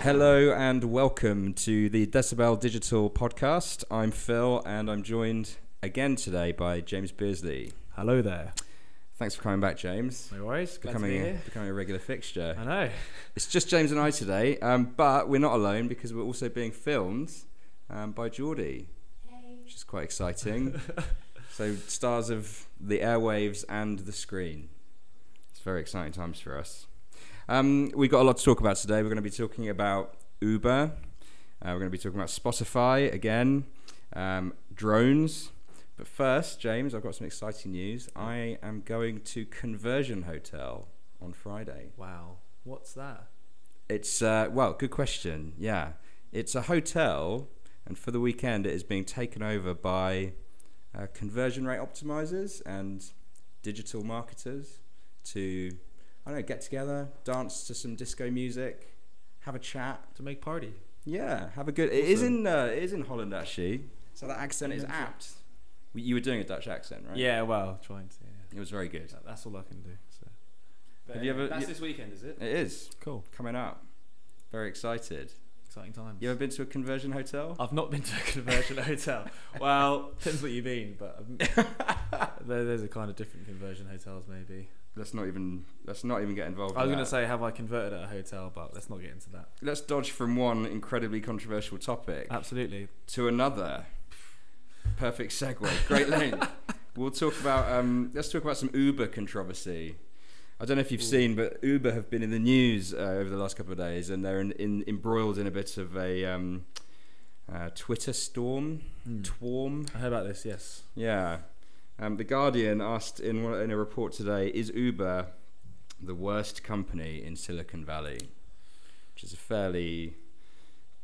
Hello and welcome to the Decibel Digital Podcast. I'm Phil and I'm joined again today by James Beersley. Hello there. Thanks for coming back, James. No worries. Glad Becoming to be a, here. becoming a regular fixture. I know. It's just James and I today, um, but we're not alone because we're also being filmed um, by Geordie, which is quite exciting. so, stars of the airwaves and the screen. It's very exciting times for us. Um, we've got a lot to talk about today. We're going to be talking about Uber, uh, we're going to be talking about Spotify again, um, drones. But first, James, I've got some exciting news. I am going to Conversion Hotel on Friday. Wow. What's that? It's uh, well, good question. Yeah, it's a hotel, and for the weekend, it is being taken over by uh, conversion rate optimizers and digital marketers to, I don't know, get together, dance to some disco music, have a chat. To make party. Yeah, have a good. It is Awesome. in uh, it is in Holland actually, so that accent is apt. You were doing a Dutch accent, right? Yeah, well, trying to. Yeah. it was very good. That- that's all I can do. So. uh, Have you ever- That's you- this weekend, is it? It is Cool. coming up. Very excited. Exciting times. You ever been to a conversion hotel? I've not been to a conversion hotel. Well, depends what you mean, but I've- there, there's a kind of different conversion hotels, maybe. Let's not even let's not even get involved. I was in going to that. say, have I converted at a hotel? But let's not get into that. let's dodge from one incredibly controversial topic Uh, Absolutely. to another. Perfect segue. Great link. we'll talk about um, let's talk about some Uber controversy. I don't know if you've Ooh. seen, but Uber have been in the news uh, over the last couple of days, and they're in, in, embroiled in a bit of a um, uh, Twitter storm, twarm. Hmm. I heard about this. Yes. Yeah. Um, the Guardian asked in one, in a report today, is Uber the worst company in Silicon Valley? Which is a fairly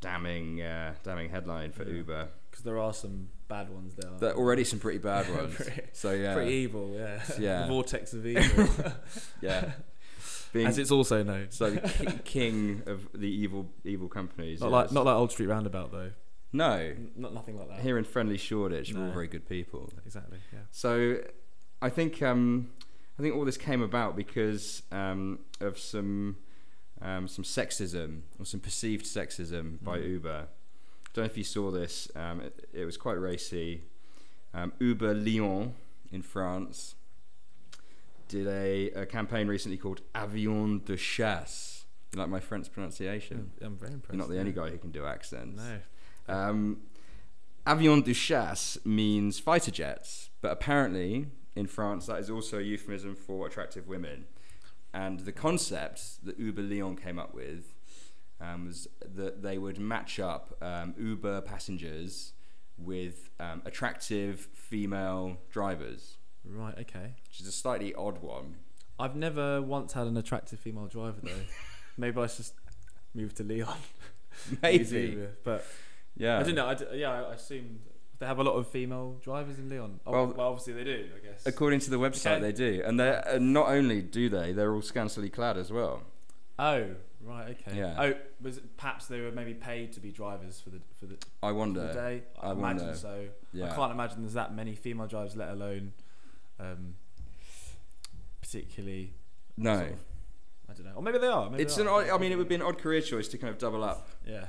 damning uh, damning headline for Yeah. Uber. Because there are some bad ones there. aren't There are there? already some pretty bad ones. Pretty- so yeah. Pretty evil, yeah. Yeah. the vortex of evil, yeah. Being as it's also known. so ki- king of the evil evil companies. Not yes. like not like Old Street Roundabout though. No. N- Not nothing like that. Here in friendly Shoreditch, we're all No. very good people. Exactly. Yeah. So, I think um, I think all this came about because um, of some um, some sexism or some perceived sexism by Mm. Uber. Don't know if you saw this. Um, it, it was quite racy. Um, Uber Lyon in France did a, a campaign recently called Avion de Chasse. You like my French pronunciation? I'm very impressed. Hmm. You're not the Mm. yeah. only guy who can do accents. No. Um, avion de chasse means fighter jets, but apparently in France that is also a euphemism for attractive women. And the concept that Uber Lyon came up with um, was that they would match up um, Uber passengers with um, attractive female drivers, Right. Okay. which is a slightly odd one. I've never once had an attractive female driver though. Maybe I should just move to Leon. Use Maybe. Uber, but Yeah. I don't know. I d- yeah, I assume they have a lot of female drivers in Leon. Oh, Well- well, obviously they do. I guess. According to the website, Okay. they do. And they're, and not only do they, they're all scantily clad as well. oh. Right. Okay. Yeah. Oh, was it, perhaps they were maybe paid to be drivers for the for the, I for the wonder. day? I imagine wonder. so. Yeah. I can't imagine there's that many female drivers, let alone um, particularly. no. sort of- I don't know. Or maybe they are. Maybe it's they an are. odd, I mean, it would be an odd career choice to kind of double up Yeah.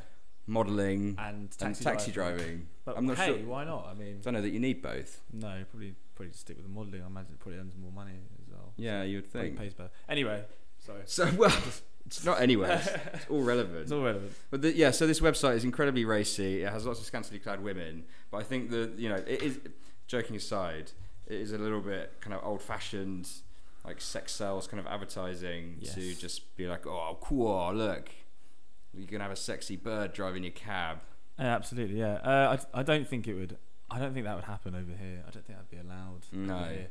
modelling And taxi, and taxi driving. driving. But I'm not hey, sure. why not? I mean, I don't know that you need both. no, probably probably just stick with the modelling. I imagine it probably earns more money as well. Yeah, you would Probably think. pays better. Anyway, sorry. So well, it's not anyway. It's, it's all relevant. It's all relevant. But the, yeah, so this website is incredibly racy. It has lots of scantily clad women. But I think that you know, it is. Joking aside, it is a little bit kind of old-fashioned, like sex sales kind of advertising to Yes. just be like, oh, cool, look, you can have a sexy bird driving your cab. Uh, absolutely, yeah. Uh, I, I don't think it would. I don't think that would happen over here. I don't think that'd be allowed. over No. here.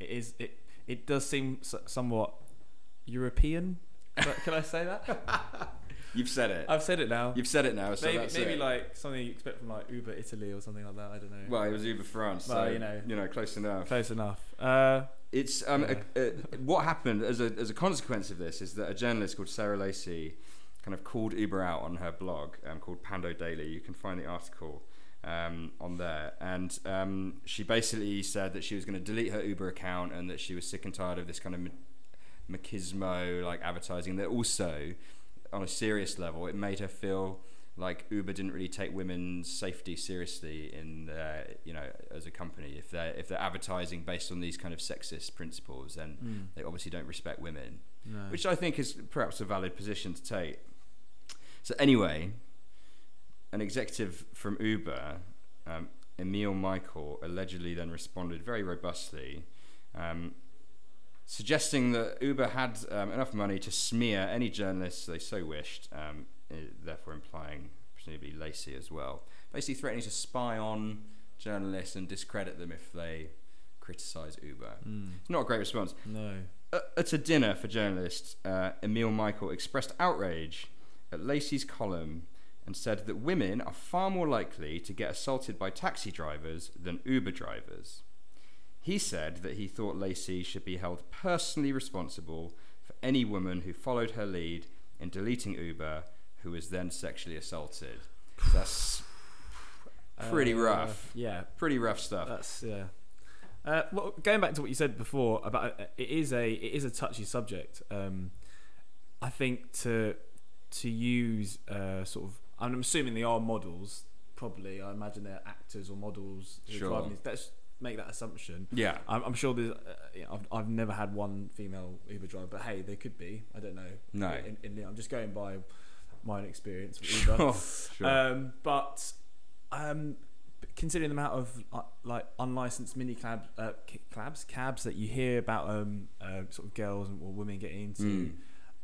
it is. It it does seem s- somewhat European. but can I say that? You've said it. I've said it now. You've said it now. So Uh, maybe that's maybe it. like something you expect from like Uber Italy or something like that. I don't know. Well, it was Uber France, Well, so you you know, know. close enough. close enough. Uh, It's um, Yeah. a, a, what happened as a as a consequence of this is that a journalist called Sarah Lacey kind of called Uber out on her blog um, called Pando Daily. You can find the article um, on there, and um, she basically said that she was going to delete her Uber account and that she was sick and tired of this kind of ma- machismo like advertising that also. on a serious level, it made her feel like Uber didn't really take women's safety seriously in their, you know as a company. If they're if they're advertising based on these kind of sexist principles, then Mm. they obviously don't respect women, No. Hmm. which I think is perhaps a valid position to take. So anyway, an executive from Uber, um, Emil Michael, allegedly then responded very robustly. Um, suggesting that Uber had um, enough money to smear any journalists they so wished, um, i- therefore implying presumably Lacey as well. Basically, threatening to spy on journalists and discredit them if they criticise Uber. Mm. It's not a great response. No. A- At a dinner for journalists, uh, Emil Michael expressed outrage at Lacey's column and said that women are far more likely to get assaulted by taxi drivers than Uber drivers. He said that he thought Lacey should be held personally responsible for any woman who followed her lead in deleting Uber, who was then sexually assaulted. That's Pretty rough. Uh, Yeah, pretty rough stuff. That's yeah. Uh, well, going back to what you said before about uh, it is a it is a touchy subject. Um, I think to to use uh, sort of I'm assuming they are models. Probably, I imagine they're actors or models. who are Sure. driving these. Let's make that assumption. yeah. I'm, I'm sure there's. Uh, yeah, I've, I've never had one female Uber driver, but hey, they could be. I don't know. No. In, in, I'm just going by my own experience with Uber. Sure. sure. Um, but um, considering the amount of uh, like unlicensed mini cab, uh, ca- cabs, cabs that you hear about, um, uh, sort of girls and or women getting into, Mm.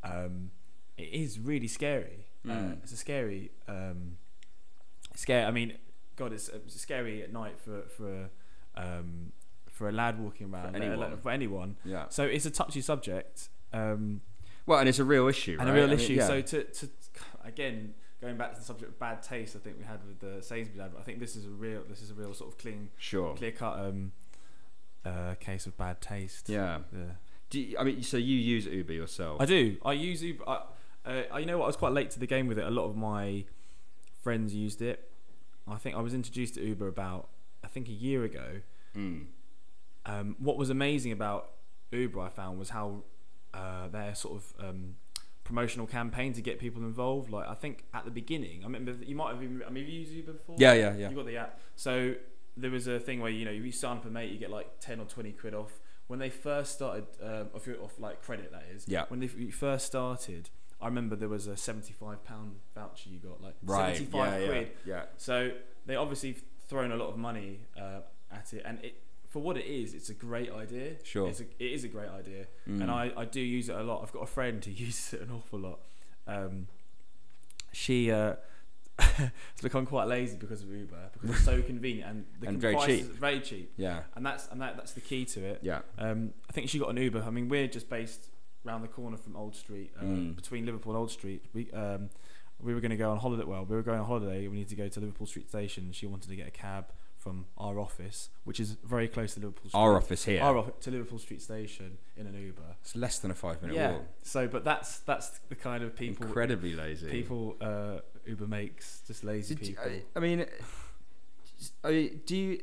um, it is really scary. Uh, Mm. it's a scary, um, scary. I mean, God, it's, it's scary at night for for um, for a lad walking around let alone- anyone. for anyone. yeah. So it's a touchy subject. Um, Well, and it's a real issue, and right? a real I mean, issue. yeah. So to, to again going back to the subject of bad taste, I think we had with the Sainsbury's advert. I think this is a real this is a real sort of clean sure. clear cut um, uh, case of bad taste. Yeah. Yeah. Do you, I mean, so you use Uber yourself? I do. I use Uber. I, uh, I- you know what? I was quite late to the game with it. A lot of my friends used it. I think I was introduced to Uber about I think a year ago. Mm. um, what was amazing about Uber, I found, was how uh, their sort of um, promotional campaign to get people involved. Like, I think at the beginning, I remember you might have even, I mean, have you used Uber before? Yeah, yeah, yeah. You got the app. So there was a thing where you know you sign up a mate, you get like ten or twenty quid off. When they first started, um, off your off like credit that is. Yeah. When they f- you first started, I remember there was a seventy-five pound voucher you got, like Right. seventy-five yeah, quid. Yeah. yeah. So they obviously thrown a lot of money uh, at it, and it for what it is, it's a great idea. Sure. it's a, it is a great idea, Mm. and I, I do use it a lot. I've got a friend who uses it an awful lot. Um, she uh, has become quite lazy because of Uber because it's so convenient and the And very price is cheap. very cheap, Yeah. and that's and that, that's the key to it. Yeah. Um, I think she got an Uber. I mean, we're just based round the corner from Old Street, um, Mm. between Liverpool and Old Street. We um, we were going to go on holiday. Well, we were going on holiday. We need to go to Liverpool Street Station. She wanted to get a cab from our office, which is very close to Liverpool. Street. Our office here. Our off- to Liverpool Street Station in an Uber. it's less than a five-minute yeah. walk. So, but that's that's the kind of people Incredibly lazy. people uh, Uber makes just lazy Did you- people. I, I mean, I, do you?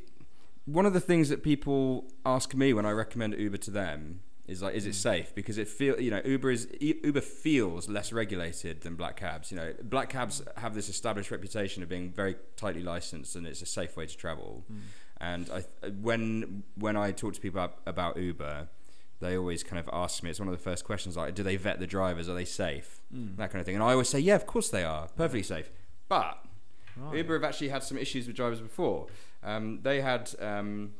One of the things that people ask me when I recommend Uber to them is like, is it Mm. safe? Because it feel you know Uber is U- Uber feels less regulated than black cabs. You know, black cabs have this established reputation of being very tightly licensed, and it's a safe way to travel. Mm. And I, th- when when I talk to people ab- about Uber, they always kind of ask me. It's one of the first questions like, do they vet the drivers? Are they safe? Mm. That kind of thing. And I always say, yeah, of course they are, perfectly safe. But Right. Uber have actually had some issues with drivers before. Um, they had um,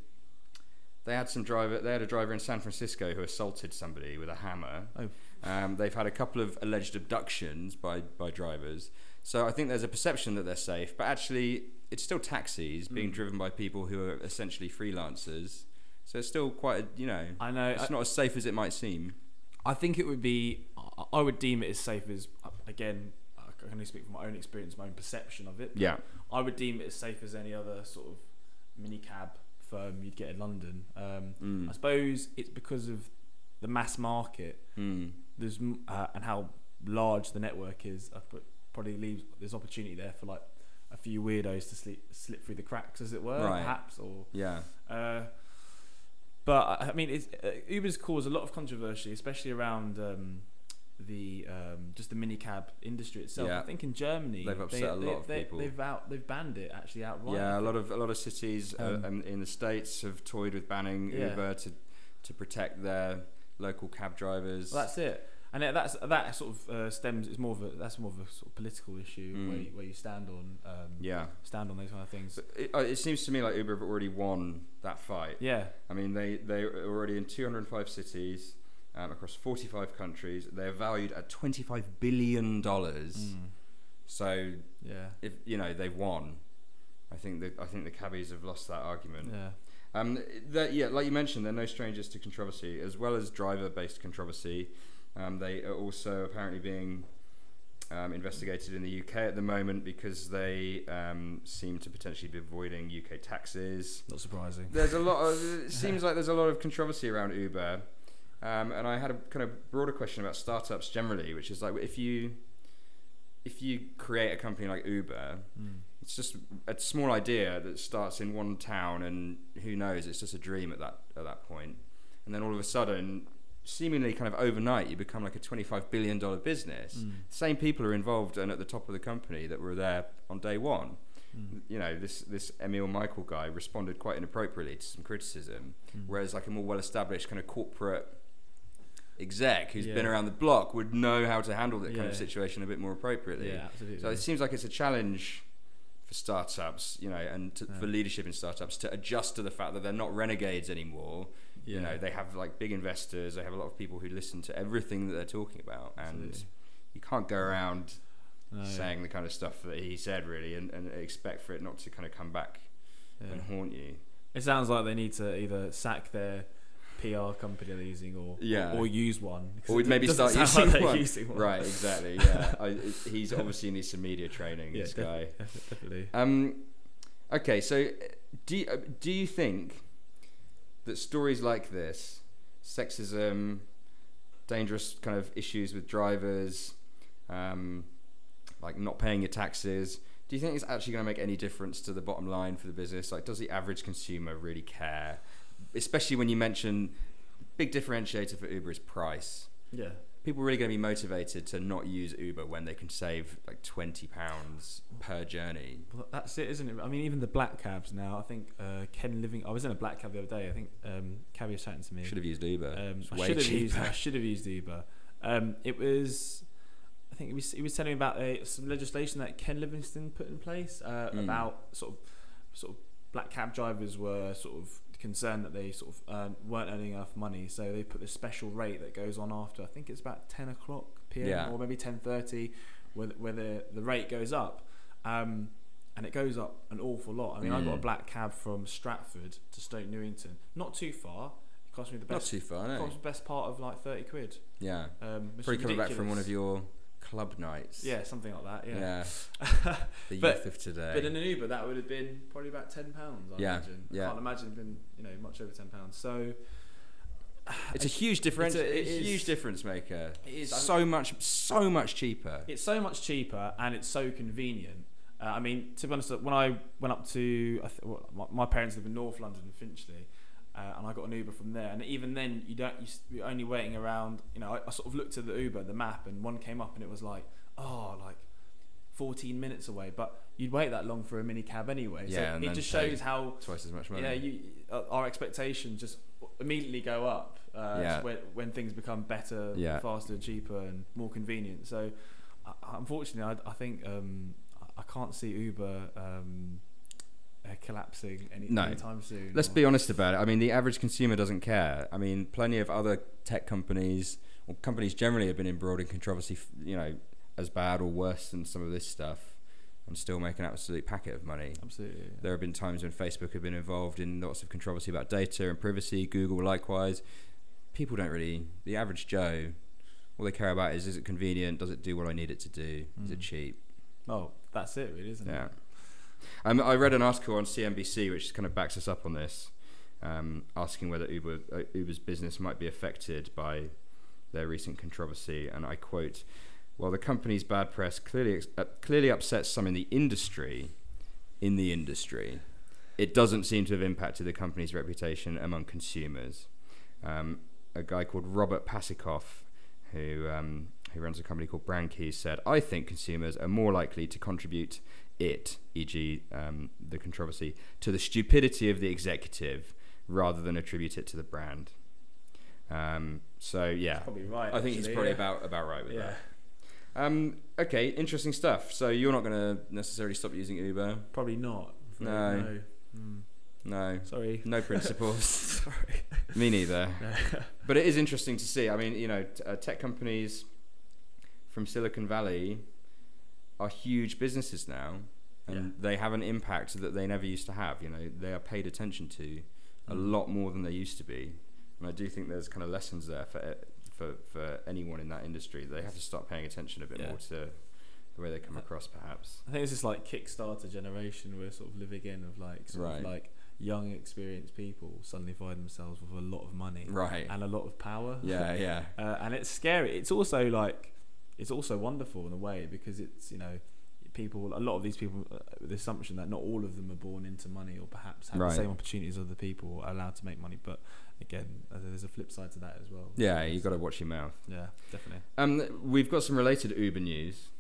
they had some driver. They had a driver in San Francisco who assaulted somebody with a hammer. Oh. Um, they've had a couple of alleged abductions by by drivers. So I think there's a perception that they're safe, but actually it's still taxis being Mm. driven by people who are essentially freelancers. So it's still quite a, you know I know. I- it's not as safe as it might seem. I think it would be. I- I would deem it as safe as again. I can only speak from my own experience, my own perception of it. Yeah. I would deem it as safe as any other sort of minicab firm you'd get in London. Um, I Mm. suppose it's because of the mass market. Mm. There's m- uh, and how large the network is. I put, probably leaves there's opportunity there for like a few weirdos to sleep, slip through the cracks, as it were, Right. perhaps or Yeah. uh, but I I mean, it's, uh, Uber's caused a lot of controversy, especially around um, the um, just the minicab industry itself. Yeah. I think in Germany They've upset a lot of they, people. They've out they've banned it actually outright. Yeah, a lot of a lot of cities uh, Um, um, in the states have toyed with banning Yeah. Uber to to protect their local cab drivers. Well, that's it. And that- that's that sort of uh, stems. It's more of a that's more of a sort of political issue Mm. where, you, where you stand on um, yeah. stand on those kind of things. But it, uh, it seems to me like Uber have already won that fight. yeah, I mean, they they are already in 205 cities um, across 45 countries. They're valued at 25 billion dollars. Mm. So yeah, if you know they've won, I think the I think the cabbies have lost that argument. yeah, Um, that, yeah, like you mentioned, they're no strangers to controversy, as well as driver-based controversy. Um, they are also apparently being um, investigated in the UK at the moment because they um, seem to potentially be avoiding UK taxes. not surprising. There's a lot of it seems like there's a lot of controversy around Uber, um, and I had a kind of broader question about startups generally, which is like if you if you create a company like Uber, Mm. it's just a small idea that starts in one town and who knows it's just a dream at that at that point and then all of a sudden seemingly kind of overnight you become like a 25 billion dollar business Mm. same people are involved and at the top of the company that were there on day one Mm. you know this this Emil Michael guy responded quite inappropriately to some criticism Mm. whereas like a more well established kind of corporate exec who's been Yeah. around the block would know how to handle that kind of Yeah. situation a bit more appropriately Yeah, absolutely. so it seems like it's a challenge for startups, you know, and to, for Yeah. leadership in startups to adjust to the fact that they're not renegades anymore. yeah. You know, they have like big investors, they have a lot of people who listen to everything that they're talking about, and Absolutely. you can't go around No, saying the kind of stuff that he said really, and, and expect for it not to kind of come back yeah. and haunt you. It sounds like they need to either sack their PR company they're using or Yeah. or use one. 'cause Or we'd it maybe doesn't start sound using like they're one. using one. Right, exactly. Yeah, I, he's obviously needs some media training. Yeah, this guy. Definitely. Um, okay, so uh, do you, uh, do you think that stories like this, sexism, dangerous kind of issues with drivers, um, like not paying your taxes, do you think it's actually going to make any difference to the bottom line for the business? Like, does the average consumer really care? Especially when you mention big differentiator for Uber is price. Yeah. People are really going to be motivated to not use Uber when they can save like twenty pounds per journey. Well, that's it, isn't it? I mean, even the black cabs now. I think uh, Ken Living. I was in a black cab the other day. I think um, Cabby was chatting to me. Should have used Uber. Um, It's I way should have cheaper. used. I should have used Uber. Um, it was. I think he was. He was telling me about a, some legislation that Ken Livingston put in place uh, Mm. about sort of, sort of black cab drivers were sort of concerned that they sort of um, weren't earning enough money, so they put this special rate that goes on after. I think it's about ten o'clock p.m. Yeah. or maybe ten thirty, where the- where the the rate goes up. Um, and it goes up an awful lot. I mean, I got a Mm. black cab from Stratford to Stoke Newington, not too far. It cost me the Not best too far, no. Cost the best part of like thirty quid. Yeah. Um, which Probably is coming back from one of ridiculous. your club nights. Yeah, something like that. Yeah. Yeah. The But- youth of today. but in an Uber, that would have been probably about ten pounds. I Yeah, imagine. yeah. I can't imagine it been you know much over ten pounds. So it's a huge difference. it's a- it it's a is- huge difference maker. it is so So much, so much cheaper. it's so much cheaper and it's so convenient. Uh, I mean, to be honest, when I went up to I th- well, my, my parents live in North London in Finchley, uh, and I got an Uber from there. And even then, you don't you, s- you're only waiting around. You know, I, I sort of looked at the Uber, the map, and one came up, and it was like, oh, like. 14 minutes away, but you'd wait that long for a mini cab anyway. Yeah, and so it then just pay shows how Twice as much money. yeah, you, uh, our expectations just immediately go up uh, Yeah. when, when things become better, Yeah. faster, cheaper, and more convenient. So, uh, unfortunately, I, I think um, I- I can't see Uber um, uh, collapsing any, No. anytime soon. Let's or- be honest about it. I mean, the average consumer doesn't care. I mean, plenty of other tech companies or companies generally have been embroiled in controversy, f- you know, as bad or worse than some of this stuff, and still make an absolute packet of money. Absolutely. yeah. There have been times when Facebook have been involved in lots of controversy about data and privacy, Google likewise. People don't really, the average Joe, all they care about is is it convenient? Does it do what I need it to do? Is it Mm. cheap? Oh, that's it, really, isn't Yeah. it? Um, I read an article on CNBC which kind of backs us up on this, um, asking whether Uber, uh, Uber's business might be affected by their recent controversy. And I quote, "While the company's bad press clearly ex- uh, clearly upsets some in the industry, in the industry, it doesn't seem to have impacted the company's reputation among consumers." Um, a guy called Robert Pasikoff, who um, who runs a company called Brown Keys, said, I think consumers are more likely to contribute it, e.g., um, the controversy, to the stupidity of the executive rather than attribute it to the brand. Um, so, yeah, Probably right. I think he's actually, probably yeah. about, about right with Yeah, that. Um, okay, interesting stuff. So, you're not going to necessarily stop using Uber? probably not. No. Mm. No. Sorry. No principles. Sorry. Me neither. but it is interesting to see. I mean, you know, t- uh, tech companies from Silicon Valley are huge businesses now, and Yeah. they have an impact that they never used to have. You know, they are paid attention to a Mm. lot more than they used to be, and I do think there's kind of lessons there for e- for for anyone in that industry. They have to start paying attention a bit Yeah. more to the way they come Uh, across, perhaps. I think this is like Kickstarter generation we're sort of living in of like sort Right. of like young experienced people suddenly find themselves with a lot of money Right. and a lot of power. Yeah. Yeah. uh, and it's scary. It's also like it's also wonderful in a way because it's you know people a lot of these people uh, the assumption that not all of them are born into money or perhaps have Right. the same opportunities as other people or are allowed to make money but again uh, there's a flip side to that as well Yeah. You got to watch your mouth. yeah definitely Um, we've got some related Uber news.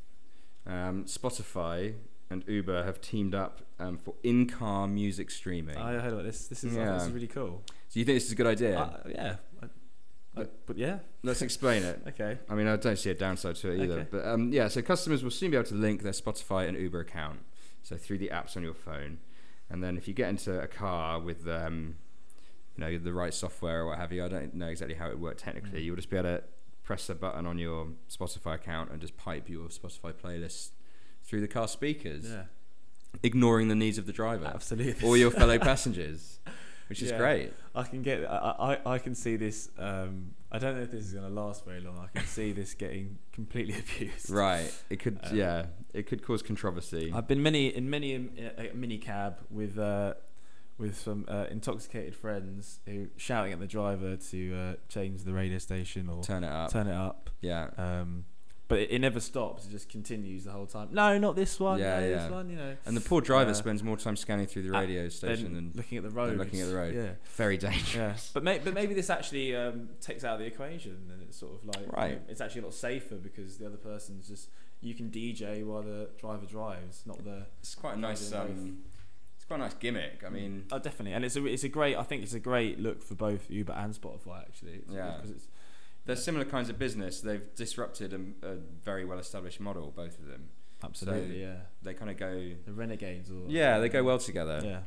Um, Spotify and Uber have teamed up um, for in-car music streaming. I heard about this this is I think this Yeah. is really cool so you think this is a good idea? I- yeah I, I, but yeah Let's explain it. okay I mean, I don't see a downside to it either. Okay. But um, yeah, so customers will soon be able to link their Spotify and Uber account, so through the apps on your phone, and then if you get into a car with um, you know the right software or what have you, I don't know exactly how it worked technically. Mm. You'll just be able to press a button on your Spotify account and just pipe your Spotify playlist through the car speakers, yeah ignoring the needs of the driver absolutely or your fellow passengers, which is Yeah. great. I can get. I, I I can see this. Um, I don't know if this is going to last very long. I can see this getting completely abused. Right? It could Uh, yeah, it could cause controversy. I've been many in many um, a, a mini cab with uh, with some uh, intoxicated friends who shouting at the driver to uh, change the radio station or Turn it up. turn it up. yeah. Um, but it, it never stops. It just continues the whole time. No, not this one. Yeah, no, yeah. This one, you know. And the poor driver Uh, spends more time scanning through the uh, radio station Then than looking at the road. looking at the road. Yeah. very dangerous. Yeah, but, may, but maybe this actually um, takes out the equation, and it's sort of like you Right. know, it's actually a lot safer because the other person's just you can DJ while the driver drives, not the. It's quite a nice, nice. um, it's quite a nice gimmick. I mean, oh, definitely, and it's a it's a great. I think it's a great look for both Uber and Spotify actually. It's Yeah. because it's they're similar kinds of business. They've disrupted a, a very well-established model. Both of them. absolutely yeah They kind of go. the renegades or Yeah, they go well together. Yeah,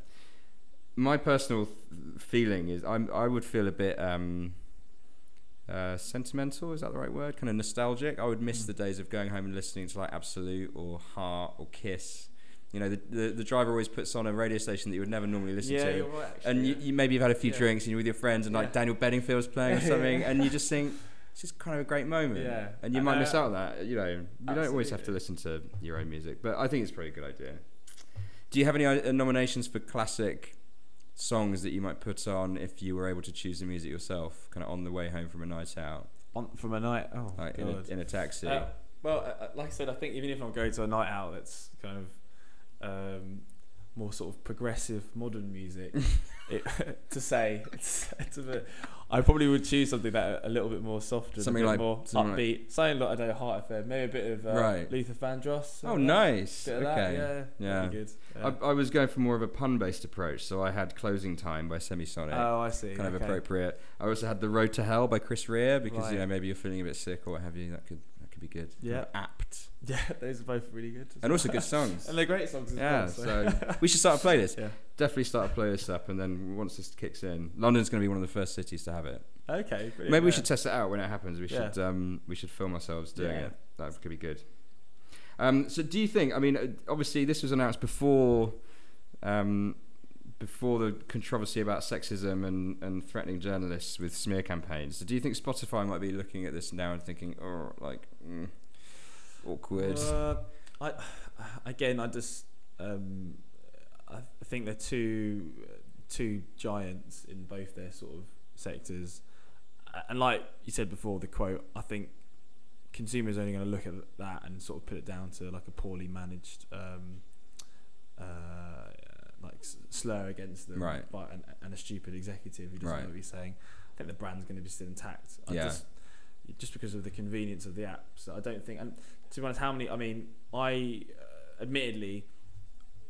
My personal th- feeling is, I'm, I would feel a bit um, uh, sentimental. Is that the right word? Kind of nostalgic. I would miss Mm. the days of going home and listening to like Absolute or Heart or Kiss. You know, the, the, the driver always puts on a radio station that you would never normally listen yeah, to. you're right. Actually, and yeah. you, you maybe you've had a few Yeah. drinks and you're with your friends and like Yeah. Daniel Bedingfield's playing or Yeah. something and you just think it's just kind of a great moment Yeah. and you And, might uh, miss out on that you know you don't always have to absolutely. listen to your own music but I think it's a pretty good idea do you have any uh, nominations for classic songs that you might put on if you were able to choose the music yourself kind of on the way home from a night out on from a night. Oh like in God. a, in a taxi Uh, well, uh, uh, like I said, I think even if I'm going to a night out that's kind of um, more sort of progressive modern music, it, to say, to the, I probably would choose something that a little bit more softer, Something a bit like- more something like- upbeat, something like I don't know, Heart FM, maybe a bit of uh, Right. Luther Vandross. oh nice Bit okay of that, yeah, Yeah. that'd be good. Yeah. I, I was going for more of a pun based approach so I had Closing Time by Semisonic oh, I see. kind of okay. appropriate. I also had The Road to Hell by Chris Rea because you Right. know maybe you're feeling a bit sick or what have you. That could that could be good. Kind of apt Yeah, those are both really good. and also good songs. and they're great songs as yeah, well. so we should start a playlist. yeah. Definitely start a playlist up, and then once this kicks in, London's going to be one of the first cities to have it. Okay. brilliant, Maybe we yeah. should test it out when it happens. We should um, we should film ourselves doing Yeah. it. That could be good. Um, so do you think? I mean, uh, obviously this was announced before. Um, before the controversy about sexism and, and threatening journalists with smear campaigns, so do you think Spotify might be looking at this now and thinking, oh, like, mm, awkward? Uh, I again, I just um, I think they're two two giants in both their sort of sectors, and like you said before, the quote. I think consumers are only going to look at that and sort of put it down to like a poorly managed. Um, uh, like s- slur against them, Right. By and, and a stupid executive who doesn't Right. know what he's saying. I think the brand's going to be still intact. I Yeah. just just because of the convenience of the app. So I don't think, and to be honest, how many? I mean, I uh, admittedly,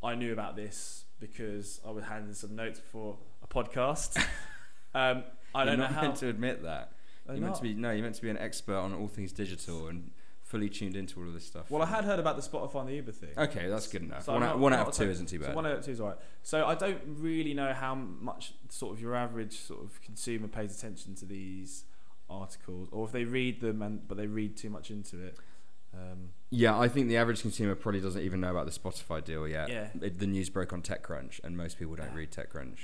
I knew about this because I was handing some notes before a podcast. um, I You're don't know not how. meant to admit that. I'm you meant to not. be no. You're meant to be an expert on all things digital and fully tuned into all of this stuff. Well, I had heard about the Spotify and the Uber thing. Okay, that's good enough. So one I'm out, not- one I'm out not of two a- isn't too bad. So one out of two is alright. So I don't really know how much sort of your average sort of consumer pays attention to these articles, or if they read them and but they read too much into it. Um, yeah, I think the average consumer probably doesn't even know about the Spotify deal yet. Yeah. It- the news broke on TechCrunch, and most people don't Yeah. read TechCrunch.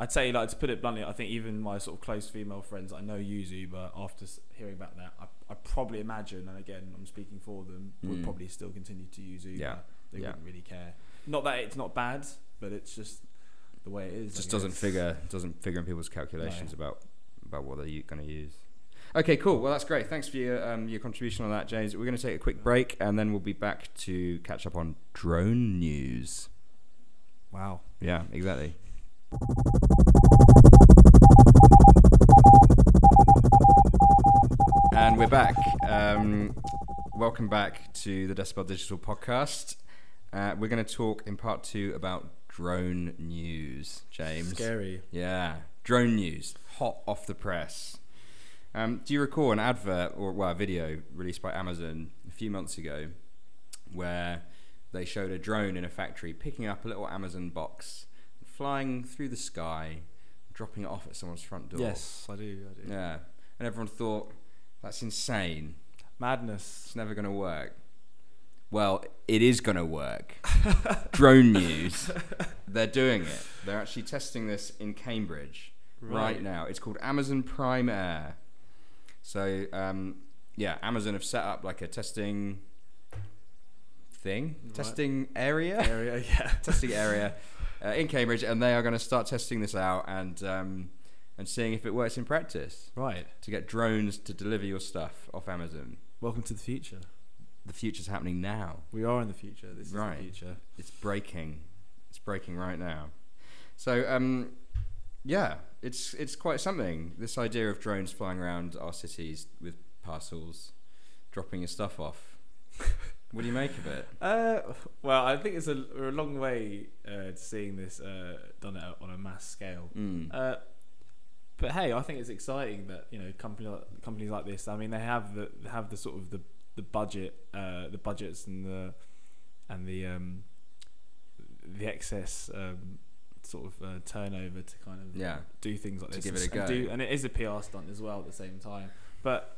I'd say like to put it bluntly, I think even my sort of close female friends I know use Uber. After s- hearing about that, I, I probably imagine, and again I'm speaking for them, would Mm. probably still continue to use Uber. Yeah. They Yeah. wouldn't really care. Not that it's not bad, but it's just the way it is. I It just guess. doesn't figure doesn't figure in people's calculations about about what they're going to use. Okay, cool. Well, that's great. Thanks for your um, your contribution on that, James. We're going to take a quick break, and then we'll be back to catch up on drone news. Wow. Yeah, exactly. And we're back. Um, welcome back to the Decibel Digital podcast. Uh, we're going to talk in part two about drone news, James. Scary. Yeah, drone news, hot off the press. Um, do you recall an advert or well, a video released by Amazon a few months ago, where they showed a drone in a factory picking up a little Amazon box, flying through the sky, dropping it off at someone's front door. Yes, I do. I do. Yeah, and everyone thought that's insane. Madness. It's never going to work. Well, it is going to work. Drone news. They're doing it. They're actually testing this in Cambridge right, now. It's called Amazon Prime Air. So, um, yeah, Amazon have set up like a testing thing, Right. testing area, Area, yeah. testing area uh, in Cambridge, and they are going to start testing this out and um, and seeing if it works in practice Right. to get drones to deliver your stuff off Amazon. Welcome to the future. The future's happening now. We are in the future. This Right. is the future. It's breaking. It's breaking right now. So um, yeah, it's it's quite something. This idea of drones flying around our cities with parcels, dropping your stuff off. what do you make of it? Uh, well, I think it's a, we're a long way uh, to seeing this uh, done at, on a mass scale. Mm. Uh, but hey, I think it's exciting that you know company like- companies like this. I mean, they have the they have the sort of the the budget, uh, the budgets and the and the um, the excess um, sort of uh, turnover to kind of Yeah. do things like To this. give it and, a And, go. do, and it is a PR stunt as well at the same time. But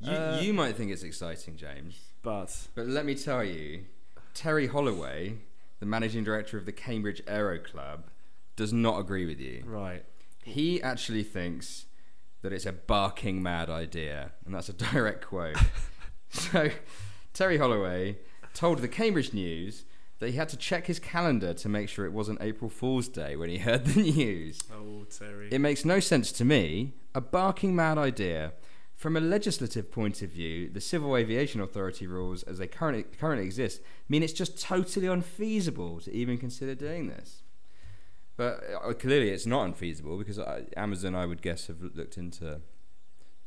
You Uh, you might think it's exciting, James, but but let me tell you, Terry Holloway, the managing director of the Cambridge Aero Club, does not agree with you. right, He actually thinks that it's a barking mad idea, and that's a direct quote. so, Terry Holloway told the Cambridge News that he had to check his calendar to make sure it wasn't April Fool's Day when he heard the news. oh Terry, It makes no sense to me. A barking mad idea. From a legislative point of view, the Civil Aviation Authority rules, as they currently, currently exist, mean it's just totally unfeasible to even consider doing this. But uh, clearly, it's not unfeasible because I, Amazon, I would guess, have looked into,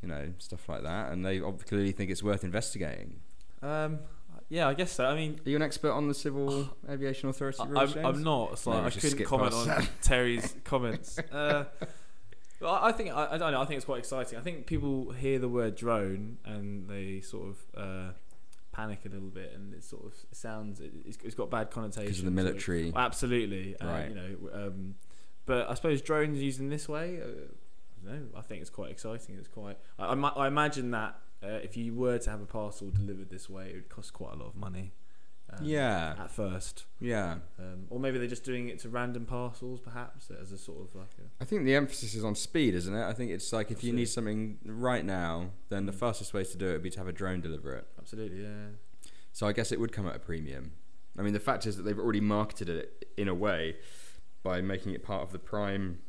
you know, stuff like that, and they ob- clearly think it's worth investigating. um, yeah, I guess so. I mean, Are you an expert on the Civil Aviation Authority I- rules? I'm, I'm James? not. So Maybe I we should couldn't skip comment past on Terry's comments. Uh, but I I think I, I don't know. I think it's quite exciting. I think people hear the word drone and they sort of uh, panic a little bit, and it sort of sounds it- it's, it's got bad connotations. because of the to it. military. Well, absolutely. Uh, Right. You know, um, but I suppose drones used in this way, uh, I don't know, I think it's quite exciting. It's quite. I, I, ma- I imagine that uh, if you were to have a parcel delivered this way, it would cost quite a lot of money. um, Yeah, At first. yeah. Um, or maybe they're just doing it to random parcels, perhaps, as a sort of like a. I think the emphasis is on speed, isn't it? I think it's like if you need something right now, then the Mm. fastest way to do it would be to have a drone deliver it. Absolutely, yeah. So I guess it would come at a premium. I mean, the fact is that they've already marketed it in a way by making it part of the Prime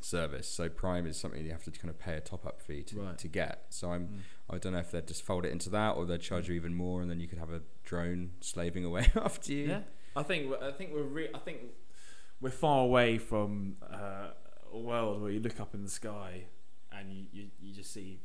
service. So Prime is something you have to kind of pay a top up fee to, Right. to get. So I'm Mm. I don't know if they'd just fold it into that or they'd charge you even more and then you could have a drone slaving away after you. Yeah, I think we're- I think we're re- I think we're far away from uh, a world where you look up in the sky and you, you, you just see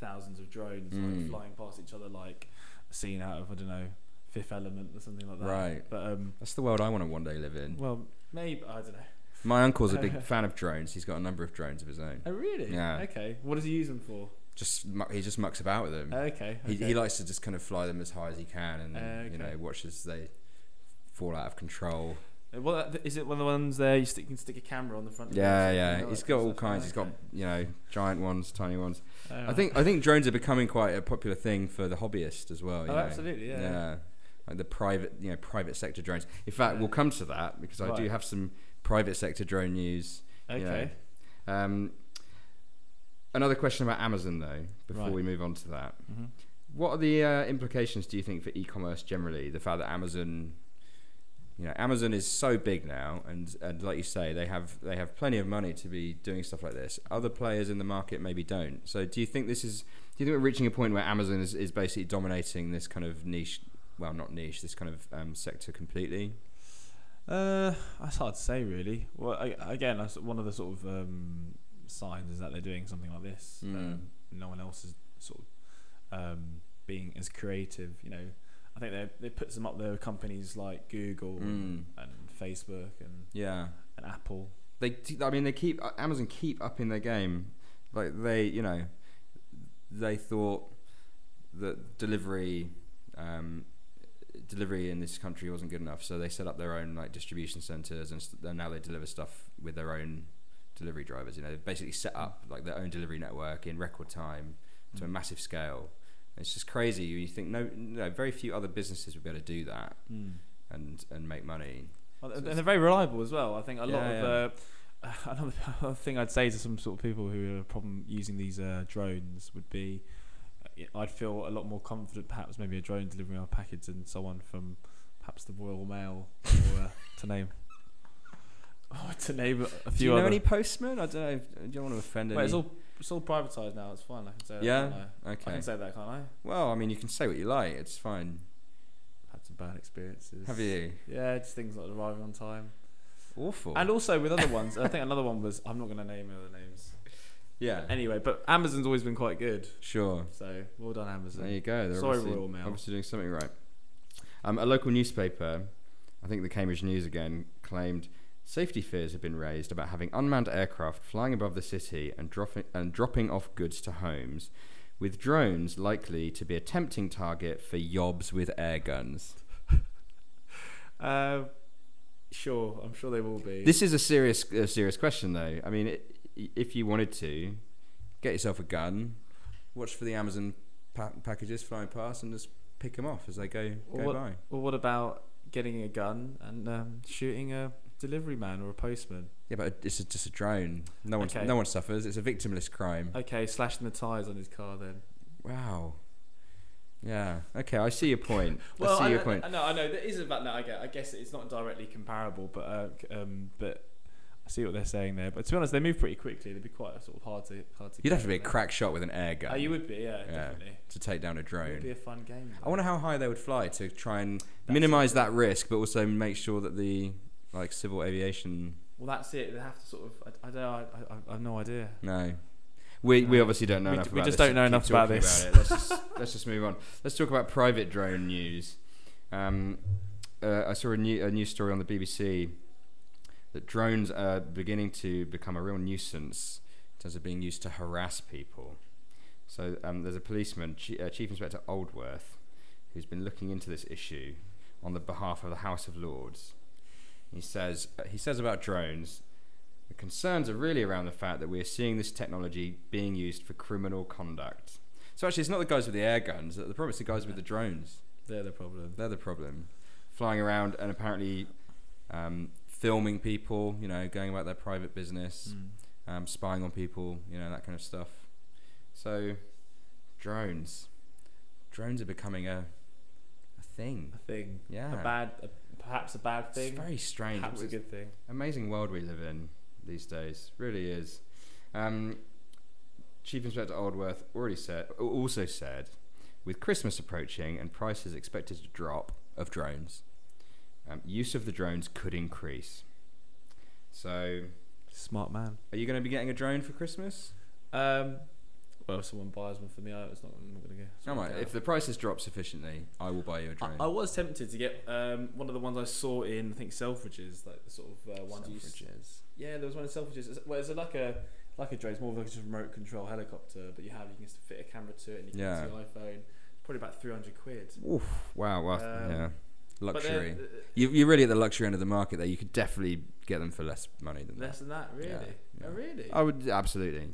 thousands of drones Mm. like flying past each other, like a scene out of I don't know Fifth Element or something like that. Right. But um, That's the world I want to one day live in. well, maybe I don't know. My uncle's a big fan of drones. He's got a number of drones of his own. Oh really? Yeah. Okay. What does he use them for? Just mu- he just mucks about with them. Okay. Mm. He, Oh, okay. he likes to just kind of fly them as high as he can, and Uh, you know okay. watch as they fall out of control. Uh, Well, that- is it one of the ones there you, stick, you can stick a camera on the front? of it or Yeah, something, yeah. all He's that got kind all of stuff? kinds. He's got Okay. you know giant ones, tiny ones. Oh, I think I think drones are becoming quite a popular thing for the hobbyist as well. Oh, you know. absolutely. Yeah. yeah. Like the private, you know, private sector drones. In fact, we'll come to that because I do Right. have some private sector drone news. you know. Okay. Um, another question about Amazon though. Before Right. we move on to that, Mhm. what are the uh, implications do you think for e-commerce generally? The fact that Amazon, you know, Amazon is so big now, and and like you say, they have they have plenty of money to be doing stuff like this. Other players in the market maybe don't. So do you think this is? Do you think we're reaching a point where Amazon is, is basically dominating this kind of niche? Well, not niche, this kind of um, sector completely. Uh, that's hard to say, really. Well, I, again, that's one of the sort of um, signs is that they're doing something like this. Mm. Um, no one else is sort of um, being as creative. You know, I think they they put some up there with companies like Google Mm. and Facebook and, Yeah. and Apple. they t- I mean they keep Amazon keep upping their game like they you know they thought that delivery um, delivery in this country wasn't good enough so they set up their own like distribution centers and, st- and now they deliver stuff with their own delivery drivers you know they've basically set up like their own delivery network in record time to a Mm. massive scale it's just crazy you think no, no very few other businesses would be able to do that Mm. and and make money Well, So and it's- they're very reliable as well. I think a lot Yeah, of Uh, another, another thing I'd say to some sort of people who have a problem using these uh, drones would be, uh, I'd feel a lot more confident perhaps maybe a drone delivering our package than someone from perhaps the Royal Mail or uh, to name. Or to name a few do you know other. any postmen I don't know if, I don't want to offend Wait, any it's all it's all privatised now. It's fine. I can say that. Yeah? can't I? I okay can say that, can't I? Well, I mean, you can say what you like. It's fine. Had some bad experiences. Have you? Yeah, just things not arriving on time. Awful. And also with other ones, I think another one was I'm not going to name other names. yeah. Anyway, but Amazon's always been quite good. sure. So well done, Amazon. There you go. They're Sorry, obviously, Royal Mail. obviously doing something right. Um, a local newspaper, I think the Cambridge News again, claimed safety fears have been raised about having unmanned aircraft flying above the city and dropping and dropping off goods to homes, with drones likely to be a tempting target for yobs with air guns. Uh, sure, I'm sure they will be. This is a serious, a serious question, though. I mean, i if you wanted to, get yourself a gun, watch for the Amazon pa- packages flying past, and just pick them off as they go Well, go what- by. Well, what about getting a gun and um, shooting a delivery man or a postman? Yeah, but it's a, just a drone. No one, Okay. Uh, no one suffers. It's a victimless crime. Okay, slashing the tires on his car then. Wow. Yeah. Okay, I see your point. I see your point. I know, I know. There is about that. I guess, I guess it's not directly comparable, but uh, c- um, but I see what they're saying there. But to be honest, they move pretty quickly. They'd be quite sort of hard to hard to. You'd get, have to be a wouldn't they? crack shot with an air gun Oh, you would be, yeah, Yeah. definitely. to take down a It would be drone. a fun game. I wonder how high they would fly to try and That's- minimize that risk, but also make sure that the like civil aviation Well, that's it. They have to sort of. I, I don't. know, I, I, I have no idea. No. We, we No. obviously don't know We enough d- about we just this to don't know keep enough about talking this. it. Let's, just, let's just move on. Let's talk about private drone news. Um, uh, I saw a, new, a news story on the BBC that drones are beginning to become a real nuisance in terms of being used to harass people. So um, there's a policeman, Chi- uh, Chief Inspector Oldworth, who's been looking into this issue on the behalf of the House of Lords. He says uh, he says about drones, the concerns are really around the fact that we are seeing this technology being used for criminal conduct. So actually, it's not the guys with the air guns. The problem is the guys with the drones. They're the problem. They're the problem. Flying around and apparently um, filming people. You know, going about their private business, Hmm. um, spying on people. You know, that kind of stuff. So, drones. Drones are becoming a a thing. A thing. Yeah. A bad. A, perhaps a bad It's thing. very strange. Perhaps a It's- good thing. amazing world we live in these days. Really is. Um, Chief Inspector Aldworth already said, also said, with Christmas approaching and prices expected to drop of drones, um, use of the drones could increase. So, Smart man. are you going to be getting a drone for Christmas? Um, well, if someone buys one for me, I, it's not, I'm not going to go. it's All not right. gonna If the prices drop sufficiently, I will buy you a go. drone. I, I was tempted to get um, one of the ones I saw in I think Selfridges, like the sort of uh, ones you s- Selfridges. Yeah, there was one in Selfridges. It's, well, it's a, like a like a drone. It's more of like a remote control helicopter, but you have you can just fit a camera to it and you can Yeah. use your iPhone. Probably about three hundred quid. Oof, wow, wow, Um, yeah, But they're- luxury. uh, You, you're really at the luxury end of the market there. You could definitely get them for less money than less that. than that, really. Yeah, yeah. Oh, really? I would absolutely,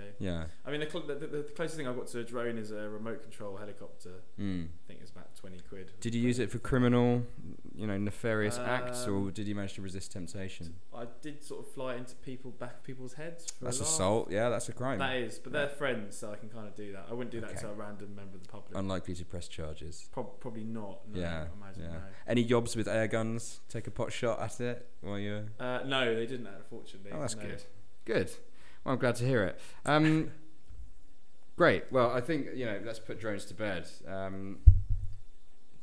Okay. yeah. I mean, the, cl- the, the, the closest thing I got to a drone is a remote control helicopter. Mm. I think it's about twenty quid. Did you use it for criminal, you know, nefarious acts, Um, or did you manage to resist temptation? I did sort of fly into people back of people's heads. For That's a laugh. assault. Yeah, that's a crime. That is, but they're friends, so I can kind of do that. I wouldn't do that Okay. to a random member of the public. Unlikely to press charges. Prob- probably not. No, yeah, I imagine yeah. no. Any yobs with air guns? Take a pot shot at it while you're. Uh, no, they didn't, unfortunately. Oh, that's no. good. Good. Well, I'm glad to hear it. Um, great. Well, I think you know. Let's put drones to bed. Um,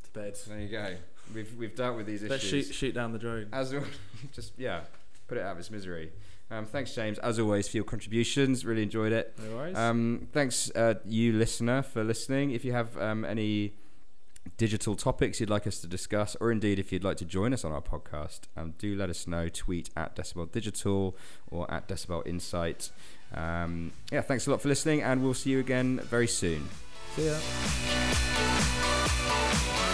To bed. there you go. We've we've dealt with these Let's issues. Uh, shoot, shoot down the drone. As al- just yeah, put it out of its misery. Um, thanks, James, as always, for your contributions. Really enjoyed it. No worries. Um, thanks, uh, you listener, for listening. If you have um, any digital topics you'd like us to discuss, or indeed if you'd like to join us on our podcast, um, do let us know. Tweet at Decibel Digital or at Decibel Insight. Um, yeah, thanks a lot for listening, and we'll see you again very soon. See ya.